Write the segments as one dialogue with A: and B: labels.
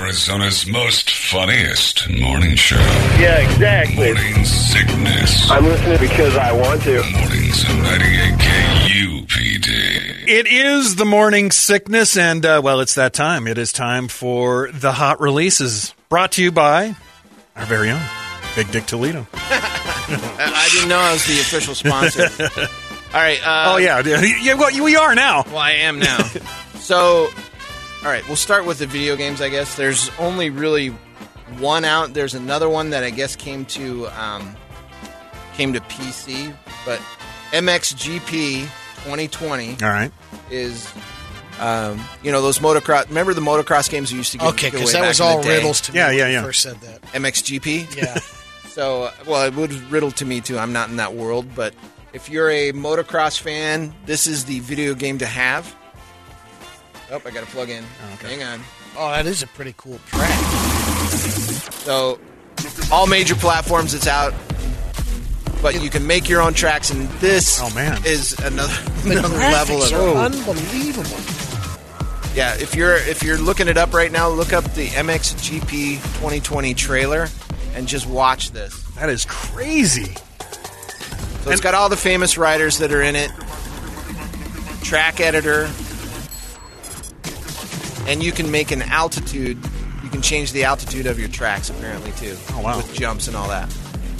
A: Arizona's most funniest morning show.
B: Yeah, exactly.
A: Morning sickness.
B: I'm listening because I want to.
A: Mornings of 98 KUPD.
C: It is the morning sickness, and uh, well, it's that time. It is time for the hot releases brought to you by our very own Big Dick Toledo.
D: I- I didn't know I was the official sponsor. All right. Uh,
C: oh, yeah. yeah well, we are now.
D: Well, I am now. so, all right, we'll start with the video games, I guess. There's only really one out. There's another one that I guess came to um, came to PC, but MXGP 2020
C: All right.
D: is. Um, you know those motocross. Remember the motocross games we used to get?
E: Okay,
D: give
E: because
D: away
E: that
D: back
E: was
D: in the
E: all
D: day?
E: riddles to me
C: Yeah,
E: when
C: yeah,
E: you
C: yeah.
E: first said that.
D: MXGP.
E: Yeah.
D: So, uh, well, it would riddle to me too. I'm not in that world, but if you're a motocross fan, this is the video game to have. Oh, I got to plug in. Hang on.
E: oh, that is a pretty cool track.
D: So, all major platforms, it's out. But you can make your own tracks, and this
C: Oh, man.
D: is another,
E: The
D: another level
E: graphics
D: of
E: are unbelievable.
D: yeah. If you're if you're looking it up right now, look up the MXGP 2020 trailer and just watch this.
C: That is crazy.
D: So it's got all the famous riders that are in it, track editor, and you can make an altitude. You can change the altitude of your tracks apparently too.
C: Oh, wow.
D: With jumps and all that.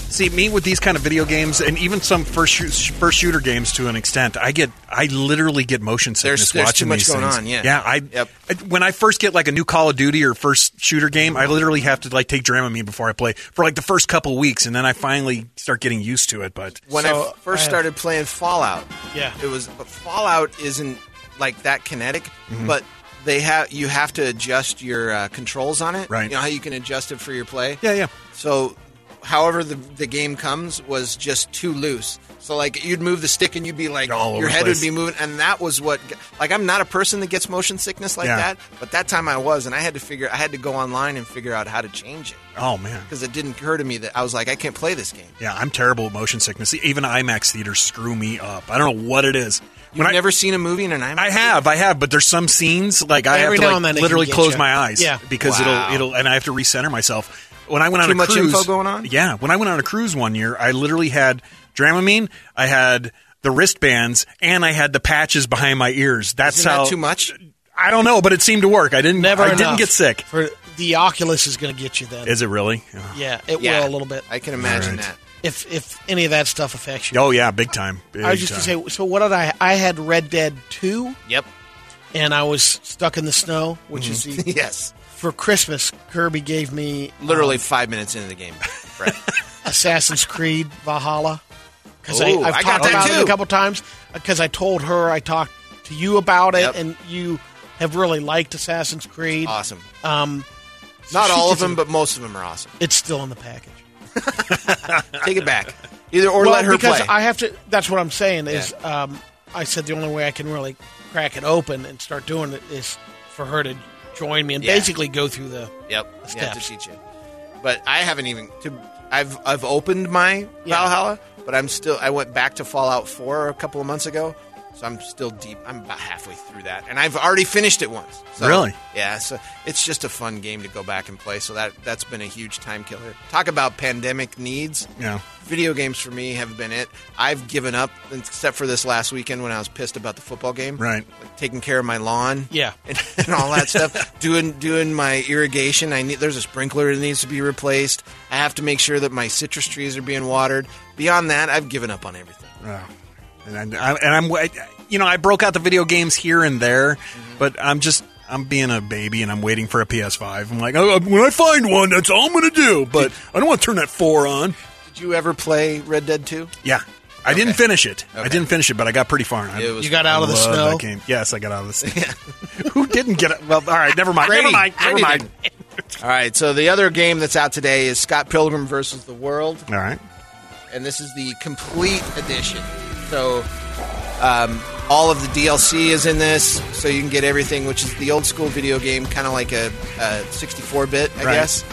C: See, me with these kind of video games, and even some first shoot, first shooter games to an extent, I get, I literally get motion sickness
D: There's- there's too
C: watching
D: much
C: these
D: going
C: things.
D: on, yeah.
C: yeah. I,
D: Yep.
C: I- when I first get like a new Call of Duty or first shooter game, I literally have to like take Dramamine before I play for like the first couple weeks, and then I finally start getting used to it. But
D: When I
E: So,
D: f- first
C: uh,
E: I have-
D: started playing Fallout,
E: Yeah.
D: it was but Fallout isn't like that kinetic,
C: Mm-hmm.
D: but they have you have to adjust your uh, controls on it.
C: Right.
D: You know how you can adjust it for your play.
C: yeah, yeah.
D: So, however the the game comes was just too loose. So like you'd move the stick and you'd be like
C: All over
D: your
C: the
D: head
C: place.
D: would be moving, and that was what like I'm not a person that gets motion sickness like
C: Yeah.
D: that, but that time I was, and I had to figure I had to go online and figure out how to change it
C: Oh man.
D: because it didn't occur to me that I was like I can't play this game.
C: Yeah, I'm terrible at motion sickness. Even IMAX theaters screw me up. I don't know what it is.
D: You've
C: I,
D: never seen a movie in an IMAX?
C: I have, I have, but there's some scenes like I have
E: Every
C: to
E: now
C: like
E: and then they
C: literally
E: can get
C: close
E: you.
C: my eyes
E: Yeah.
C: because
D: Wow.
C: it'll it'll and I have to recenter myself. When I went on
D: Too
C: a
D: much
C: cruise,
D: info going on?
C: Yeah, when I went on a cruise one year, I literally had Dramamine, I had the wristbands, and I had the patches behind my ears. That's
D: Isn't
C: how
D: that too much?
C: I don't know, but it seemed to work. I didn't.
E: Never
C: I didn't
E: enough.
C: get sick.
E: For the Oculus is going to get you then.
C: Is it really? Yeah.
E: yeah, it
D: Yeah.
E: will a little bit.
D: I can imagine
C: All right.
D: that.
E: if if any of that stuff affects you.
C: Oh yeah, big time. Big
E: I was just
C: time.
E: going to say. So what did I? I had Red Dead Two,
D: Yep.
E: and I was stuck in the snow, which
D: Mm-hmm.
E: is the,
D: Yes.
E: for Christmas. Kirby gave me um,
D: Literally five minutes into the game. Brett.
E: Assassin's Creed Valhalla because I,
D: Ooh,
E: I've
D: I got
E: talked
D: that
E: about it
D: too.
E: a couple times because I told her I talked to you about it,
D: Yep.
E: and you have really liked Assassin's Creed.
D: awesome.
E: Um,
D: Not
E: she
D: all of
E: gets
D: them, but most of them are awesome.
E: it's still in the package.
D: Take it back. Either or
E: well,
D: let her
E: because
D: play.
E: I have to. That's what I'm saying is, um, I said the only way I can really crack it open and start doing it is for her to join me and
D: Yeah.
E: basically go through the.
D: Yep, you have to
E: Steps.
D: teach it. But I haven't even. To, I've I've opened my
E: Yeah.
D: Valhalla, but I'm still. I went back to Fallout Four a couple of months ago, so I'm still deep. I'm about halfway through that, and I've already finished it once. So,
C: Really?
D: Yeah. So it's just a fun game to go back and play. So that that's been a huge time killer. Talk about pandemic needs.
C: Yeah.
D: Video games for me have been it. I've given up, except for this last weekend when I was pissed about the football game.
C: Right.
D: Like taking care of my lawn
E: Yeah.
D: and, and all that stuff. doing doing my irrigation. I need there's a sprinkler that needs to be replaced. I have to make sure that my citrus trees are being watered. Beyond that, I've given up on everything.
C: Oh. And, I, I- and I'm, wa- you know, I broke out the video games here and there, but I'm just, I'm being a baby and I'm waiting for a PS5. I'm like, oh, when I find one, that's all I'm going to do. But I don't want to turn that four on.
D: Did you ever play Red Dead Two?
C: Yeah. I didn't
D: Okay.
C: finish it. I
D: Okay.
C: didn't finish it, but I got pretty far. I,
D: It was
E: You got out of the
C: love
E: snow.
C: That game. Yes, I got out of the snow. Who didn't get it? Well, all right, never mind.
D: Brady.
C: Never mind. Never
D: Brady
C: mind.
D: All right. So the other game that's out today is Scott Pilgrim versus the World,
C: All right.
D: and this is the complete edition. So. Um, all of the DLC is in this, so you can get everything, which is the old school video game, kind of like a, a 64-bit, I
C: Right.
D: guess.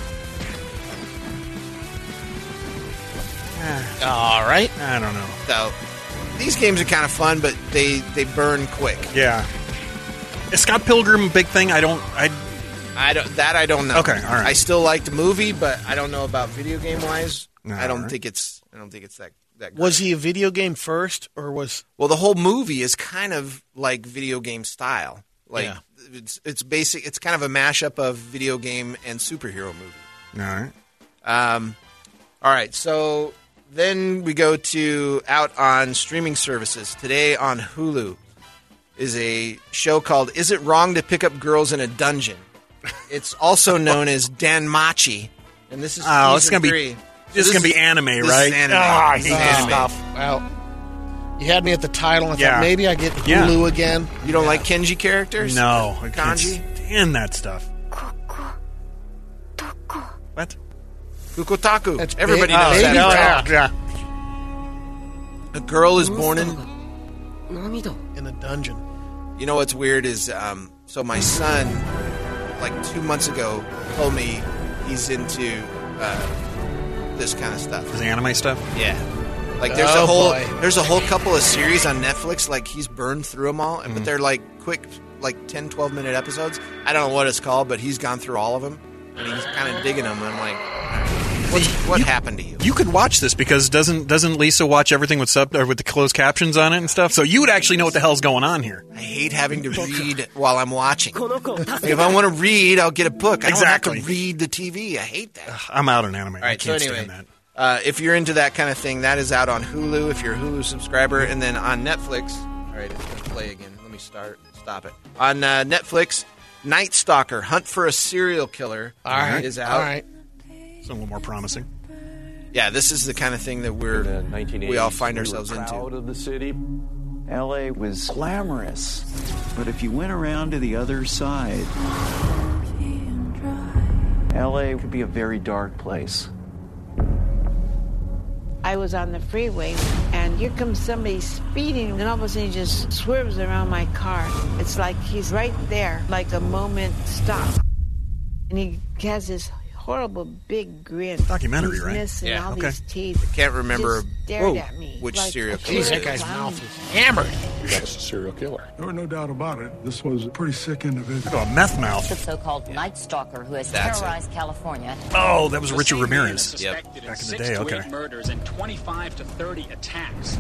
E: All right.
C: I don't know.
D: So these games are kind of fun, but they they burn quick.
C: Yeah. Is Scott Pilgrim a big thing? I don't, I
D: I don't that I don't know.
C: Okay, all right.
D: I still like the movie, but I don't know about video game wise. I don't
C: All right.
D: think it's I don't think it's that that. Great.
E: Was he a video game first, or was
D: well, the whole movie is kind of like video game style. Like
E: Yeah.
D: it's it's basic. It's kind of a mashup of video game and superhero movie.
C: All right.
D: Um, all right, so then we go to out on streaming services today on Hulu is a show called "Is It Wrong to Pick Up Girls in a Dungeon?" It's also known as Danmachi, and this is
C: Oh, it's
D: season
C: gonna be-
D: three. So
C: This is gonna be anime,
D: this
C: right?
D: Is anime.
C: Ah, I
D: This
C: hate
D: is
C: this
D: anime.
E: Well, you had me at the title. I
C: Yeah.
E: thought maybe I get
C: Yeah.
E: Hulu again.
D: You don't like Kenji characters?
C: No, I can't
D: Kanji.
C: stand that stuff. What?
D: Kukotaku.
E: That's
D: Everybody
E: big-
D: knows
E: baby
D: that.
E: Oh,
D: Yeah.
C: yeah.
D: A girl is born in
F: 涙
E: In a dungeon.
D: You know what's weird is, um, so my son, like two months ago, told me he's into uh, this kind of stuff.
C: Is it anime stuff?
D: Yeah, like there's a
E: Oh,
D: whole
E: boy.
D: there's a whole couple of series on Netflix. Like he's burned through them all, but they're like quick, like 10, 12 minute episodes. I don't know what it's called, but he's gone through all of them, and he's kind of digging them. And I'm like, what's, what happened to you?
C: You could watch this because doesn't doesn't Lisa watch everything with sub or with the closed captions on it and stuff? So you would actually know what the hell's going on here.
D: I hate having to read while I'm watching.
F: この子を助け
D: If I want to read, I'll get a book. I don't
C: Exactly.
D: have to read the TV. I hate that.
C: I'm out on anime.
D: All
C: I
D: right.
C: can't
D: so anyway,
C: stand that.
D: Uh, if you're into that kind of thing, that is out on Hulu. If you're a Hulu subscriber, and then on Netflix. All right, it's gonna play again. Let me start. Stop it. On uh, Netflix, Night Stalker: Hunt for a Serial Killer
E: All right.
D: is out.
E: All right.
C: It's a little more promising.
D: Yeah, this is the kind of thing that we're
G: the 1980s.
D: we all find
G: uh, we were
D: ourselves
G: proud
D: into.
G: of the city.
H: LA was glamorous, but if you went around to the other side, LA could be a very dark place.
I: I was on the freeway, and here comes somebody speeding, and all of a sudden he just swerves around my car. It's like he's right there, like a moment stop. And he has this horrible big grin.
C: Documentary,
I: he's
C: right?
I: Missing
D: Yeah.
I: all
C: Okay.
I: these teeth.
D: Can't remember
I: Just stared
C: Whoa.
I: at me
D: which
I: like
D: serial
I: a
D: killer
E: Jeez,
D: it
E: that
D: is.
E: guy's mouth
I: clown.
E: is hammered.
J: That's a serial killer.
K: There were no doubt about it. This was a pretty sick individual.
C: Oh, a meth mouth.
F: The so-called night stalker who has
D: That's it.
F: terrorized California.
C: Oh, that was Richard Ramirez.
D: Yep.
C: Back in the day, okay.
J: Murders and 25 to 30 attacks.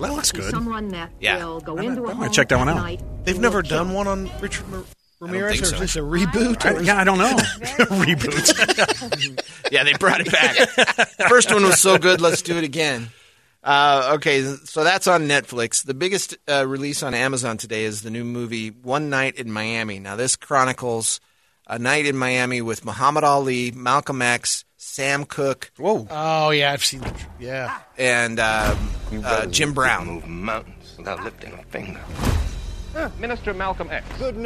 C: That looks good.
F: Someone that
D: Yeah.
F: will go
C: I'm
F: into
C: gonna-
F: a
C: I'm gonna
F: home
C: check that one
F: at
C: out.
F: night
E: They've
F: and
E: never
F: will
E: done
F: kill.
E: one on Richard Ra- Ramirez,
D: think
E: or is
D: so.
E: this a reboot?
C: I-
E: or is-
C: yeah, I don't know. Reboot.
D: Yeah, they brought it back. First one was so good, let's do it again. Uh, okay, so that's on Netflix. The biggest uh, release on Amazon today is the new movie One Night in Miami. Now, this chronicles a night in Miami with Muhammad Ali, Malcolm X, Sam Cooke,
C: Whoa.
E: Oh yeah, I've seen. the tr- Yeah.
D: and um, uh, Jim Brown.
K: mountains without lifting a finger.
J: Minister Malcolm X.
E: And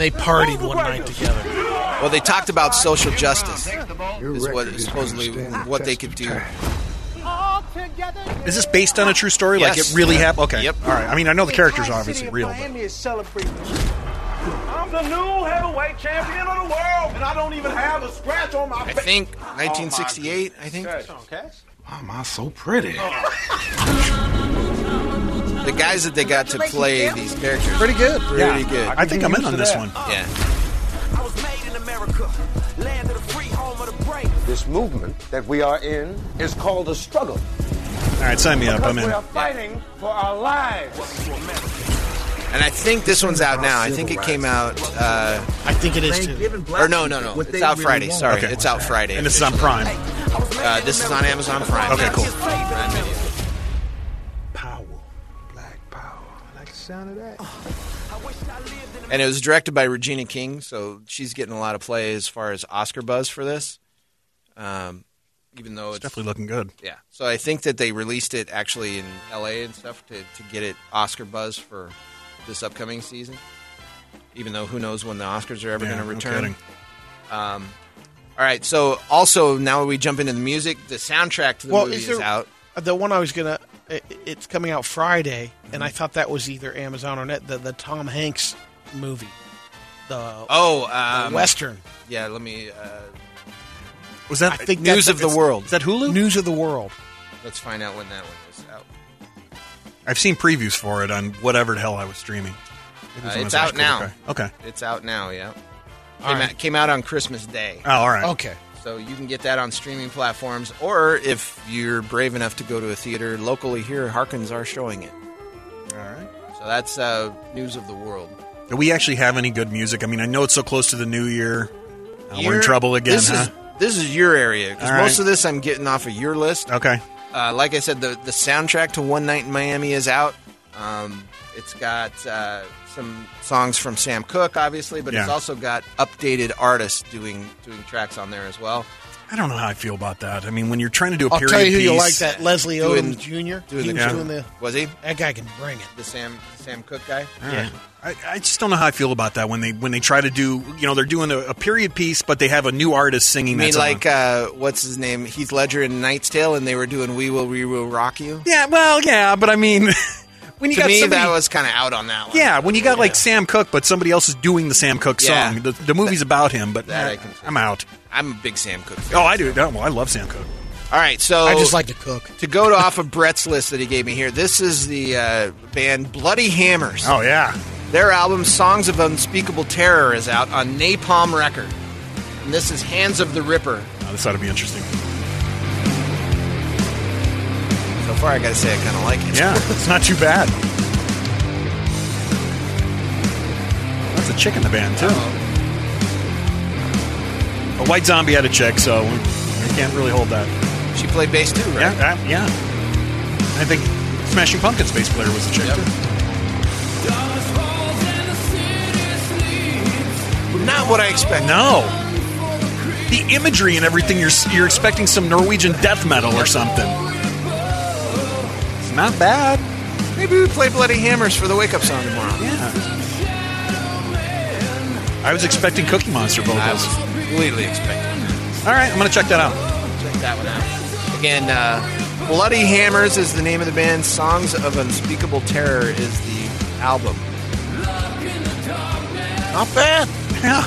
E: they partied one night together.
D: Well, they talked about social justice, is what supposedly what they could do.
C: Is this based on a true story? Like
D: Yes.
C: it really happened? Okay.
D: Yep.
C: All right. I mean, I know the characters are obviously real. But
K: Miami is celebrating. I'm the new heavyweight champion of the world, and I don't even have a scratch on my
D: I think 1968, I think.
K: Why am I so pretty?
D: The guys that they got to play these characters.
E: Pretty good.
D: Pretty good.
C: I think I'm in on this one.
D: Yeah.
K: I was made in America, land of the free, home of the brave.
J: This movement that we are in is called a struggle.
C: All right, sign me up. I'm in.
J: fighting for our lives.
D: And I think this one's out now. I think it came out. Uh,
E: I think it is too.
D: or no, no, no. It's out Friday. Sorry,
C: Okay.
D: it's out Friday.
C: And this is on Prime.
D: Uh, this is on Amazon Prime.
C: Okay, cool.
D: Prime Video.
K: Power, black power. I like the sound of that.
D: And it was directed by Regina King, so she's getting a lot of play as far as Oscar buzz for this. Um, even though it's,
C: Definitely looking good.
D: yeah, so I think that they released it actually in L.A. and stuff to to get it Oscar buzz for this upcoming season. Even though who knows when the Oscars are ever
C: Yeah,
D: going to
C: no
D: return. Um,
C: kidding.
D: All right, so also now we jump into the music. The soundtrack to the
E: Well,
D: movie
E: is
D: is,
E: there
D: out.
E: the one I was gonna? i- It's coming out Friday, and I thought that was either Amazon or Net. The, the Tom Hanks movie, the
D: Oh, um,
E: Western.
D: Yeah, let me. Uh,
C: Was that
E: I think
D: News
E: that's-
D: of the
E: it's-
D: World.
C: Is that Hulu?
E: News of the World.
D: Let's find out when that one is out.
C: I've seen previews for it on whatever the hell I was streaming. It is
D: Uh,
C: on
D: it's
C: his
D: out
C: actual
D: now.
C: card. Okay.
D: It's out now. Yeah.
E: All
D: Came,
E: right.
D: out, came out on Christmas Day.
C: Oh, all right.
E: Okay.
D: So you can get that on streaming platforms, or if you're brave enough to go to a theater locally here, Harkins are showing it.
C: All right.
D: So that's uh, news of the world.
C: Do we actually have any good music? I mean, I know it's so close to the new year. Uh, we're in
D: Your-
C: trouble again,
D: this
C: huh?
D: Is, this is your area because
C: All right.
D: most of this I'm getting off of your list.
C: okay.
D: Uh, like I said, the the soundtrack to One Night in Miami is out. Um, it's got uh, some songs from Sam Cooke, obviously, but it's
C: Yeah.
D: also got updated artists doing doing tracks on there as well.
C: I don't know how I feel about that. I mean, when you're trying to do a
E: I'll
C: period
E: tell you who you
C: piece-
E: like that Leslie
D: Doing-
E: Odom Jr.
D: doing
E: he
D: the-
E: was
C: Yeah.
E: doing the.
D: Was he
E: That guy can bring it.
D: the Sam Sam Cooke guy?
C: All right. I, I just don't know how I feel about that when they when they try to do you know they're doing a, a period piece but they have a new artist singing
D: I mean,
C: that
D: like
C: song.
D: uh, what's his name? Heath Ledger in Knight's Tale, and they were doing "We Will, We Will Rock You."
C: yeah well yeah but I mean when you
D: to
C: got
D: me,
C: somebody
D: that was kind of out on that one.
C: yeah when you got like Sam Cooke but somebody else is doing the Sam Cooke
D: Yeah.
C: song the, the movie's about him but
D: that I
C: eh,
D: can see.
C: I'm out
D: I'm a big Sam Cooke fan.
C: oh I do no, well I love Sam Cooke
D: All right, so
E: I just like to cook.
D: to go to off of Brett's list that he gave me here. This is the uh, band Bloody Hammers.
C: oh yeah
D: Their album "Songs of Unspeakable Terror" is out on Napalm Record, and this is "Hands of the Ripper."
C: Now, Oh, this ought to be interesting
D: So far, I gotta say, I kind of like it.
C: yeah it's not too bad that's a chick in the band too a white zombie had a chick so we, we can't really hold that.
D: She played bass too, right?
C: Yeah, uh, yeah. I think Smashing Pumpkins bass player was a chick.
D: Yep.
C: too.
D: Not what I expected.
C: No. The imagery and everything you're you're expecting some Norwegian death metal or something. It's not bad.
D: Maybe we play Bloody Hammers for the wake up song tomorrow.
C: Yeah. I was expecting Cookie Monster vocals.
D: I was completely expecting
C: All right, I'm gonna check that out.
D: Check that one out. Again, uh, Bloody Hammers is the name of the band. Songs of Unspeakable Terror is the album. Not bad.
C: Yeah.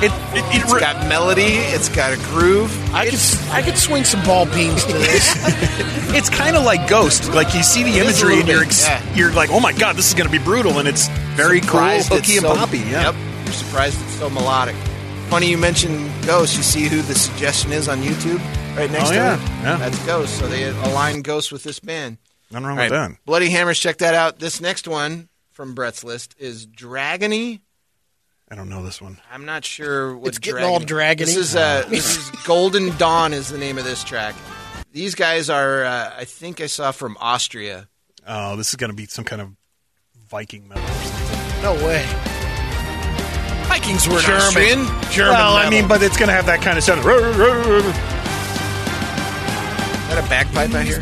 C: It it, it
D: It's got melody. It's got a groove.
E: I could s- I could swing some ball beams to this.
C: it's kind of like Ghost. Like you see the
D: It is a
C: imagery
D: little
C: and you're
D: bit,
C: ex-
D: yeah.
C: you're like, oh my god, this is gonna be brutal, and it's very
D: Surprised
C: cool,
D: it's
C: hooky and
D: so-
C: poppy. Yeah.
D: Yep. You're surprised it's so melodic. Funny you mentioned Ghost. You see who the suggestion is on YouTube right next
C: Oh,
D: to
C: yeah.
D: it?
C: Yeah.
D: That's Ghost. So they align Ghost with this band.
C: Nothing wrong
D: All
C: with
D: right,
C: that.
D: Bloody Hammers, check that out. This next one from Brett's list is Dragony.
C: I don't know this one.
D: I'm not sure what
E: It's getting all dragony.
D: This is uh, this is Golden Dawn is the name of this track. These guys are uh, I think I saw from Austria.
C: Oh, this is going to be some kind of Viking metal. Or something.
E: no way.
D: Vikings were
E: German.
D: Austrian.
E: German
C: well, I
E: metal.
C: mean, but it's going to have that kind of sound. All
D: Is that a bagpipe I hear?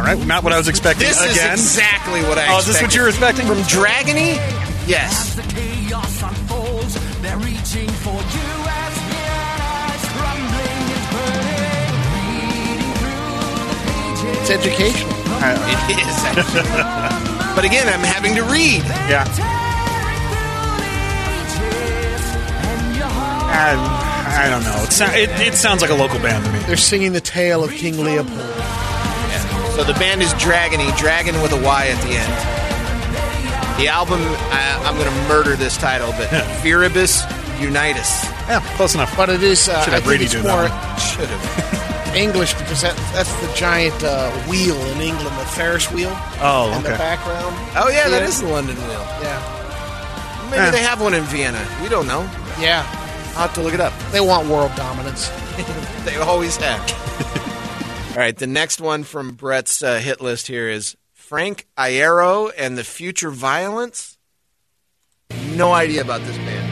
C: right, not what I was expecting.
D: This
C: Again,
D: is exactly what I
C: oh, is
D: expected.
C: this what you were expecting from?
D: Dragony? Yes.
E: It's educational.
D: It is. actually. but again, I'm having to read.
C: Yeah, I, I don't know. It, sou- it, it sounds like a local band to me.
E: They're singing the tale of King Leopold.
D: So the band is Dragony, Dragon with a Y at the end. The album, I, I'm going to murder this title, but Viribus Unitus.
C: Yeah, close enough.
E: But it is. Uh,
C: Should have
E: I
C: Brady
E: think
C: do
E: it's
C: that
E: more
D: Should have.
E: English because that, that's the giant uh, wheel in England, the Ferris wheel.
C: Oh,
E: in the
C: okay.
E: background.
D: Oh, yeah, that
E: Yeah.
D: is the London Wheel.
E: Yeah,
D: Maybe
C: Eh.
D: they have one in Vienna. We don't know.
E: yeah.
D: I'll have to look it up.
E: They want world dominance.
D: They always have. All right, the next one from Brett's uh, hit list here is Frank Iero and the Future Violence. No idea about this band.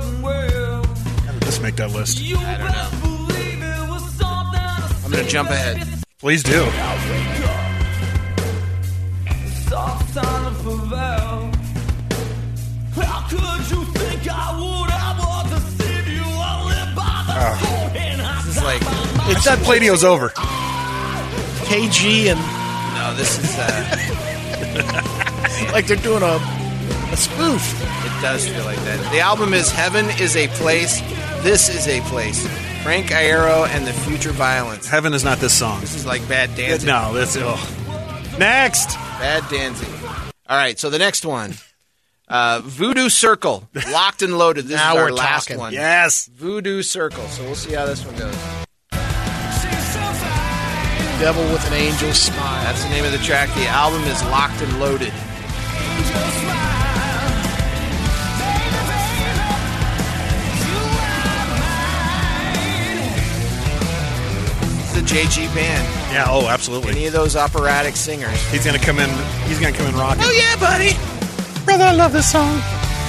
C: How did this make that list?
D: I don't know. I'm going to jump ahead.
C: Please do.
D: Ah. This is like
C: It's that Pladio's over.
E: KG and
D: no, this is uh,
E: like they're doing a a spoof.
D: it does feel like that. The album is Heaven is a Place. This is a Place. Frank Iero and the Future Violence.
C: Heaven is not this song.
D: This is like Bad Danzig.
C: No, that's oh. Next.
D: Bad Danzig. All right, so the next one. Uh, Voodoo Circle. Locked and loaded. This
E: Now
D: is our
E: we're
D: last
E: talking.
D: one.
C: Yes.
D: Voodoo Circle. So we'll see how this one goes.
E: Devil with an angel smile.
D: That's the name of the track. The album is Locked and Loaded. It's a JG band.
C: Yeah. Oh, absolutely.
D: Any of those operatic singers.
C: He's gonna come in. He's gonna come in rocking.
D: yeah, buddy.
C: Oh, brother, I love this song.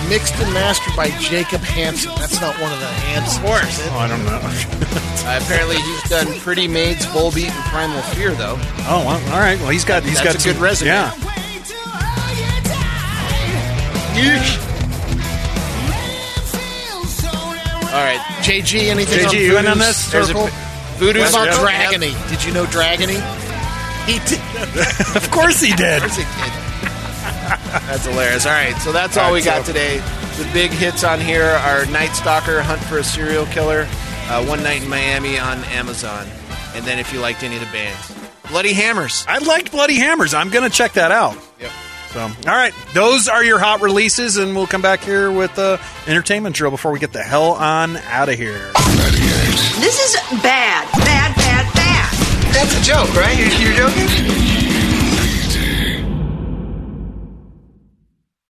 E: Mixed and mastered by Jacob Hansen. That's not one of the Hansen. Of course.
C: Oh, I don't know.
D: Uh, apparently, he's done Pretty Maids, Bull Beat, and Primal Fear, though.
C: oh, well, all right. Well, he's got. He's got
D: That's a good
C: some-
D: resume.
C: Yeah.
D: All right.
E: JG, anything
C: JG,
E: on
C: you in on
E: Voodoo
C: this?
D: There's a
E: Circle?
D: Voodoo
E: What about
D: Circle.
E: Dragony? Did you know Dragony? He did.
C: Of course he did.
D: Yep, there's a kid. That's hilarious. All right, so that's all, we got today. The big hits on here are Night Stalker, Hunt for a Serial Killer, uh, One Night in Miami on Amazon, and then if you liked any of the bands, Bloody Hammers.
C: I liked Bloody Hammers. I'm gonna check that out.
D: Yep.
C: So, all right, those are your hot releases, and we'll come back here with uh, entertainment drill before we get the hell on out of here.
A: Ninety-eight.
G: This is bad, bad, bad, bad.
D: That's a joke, right?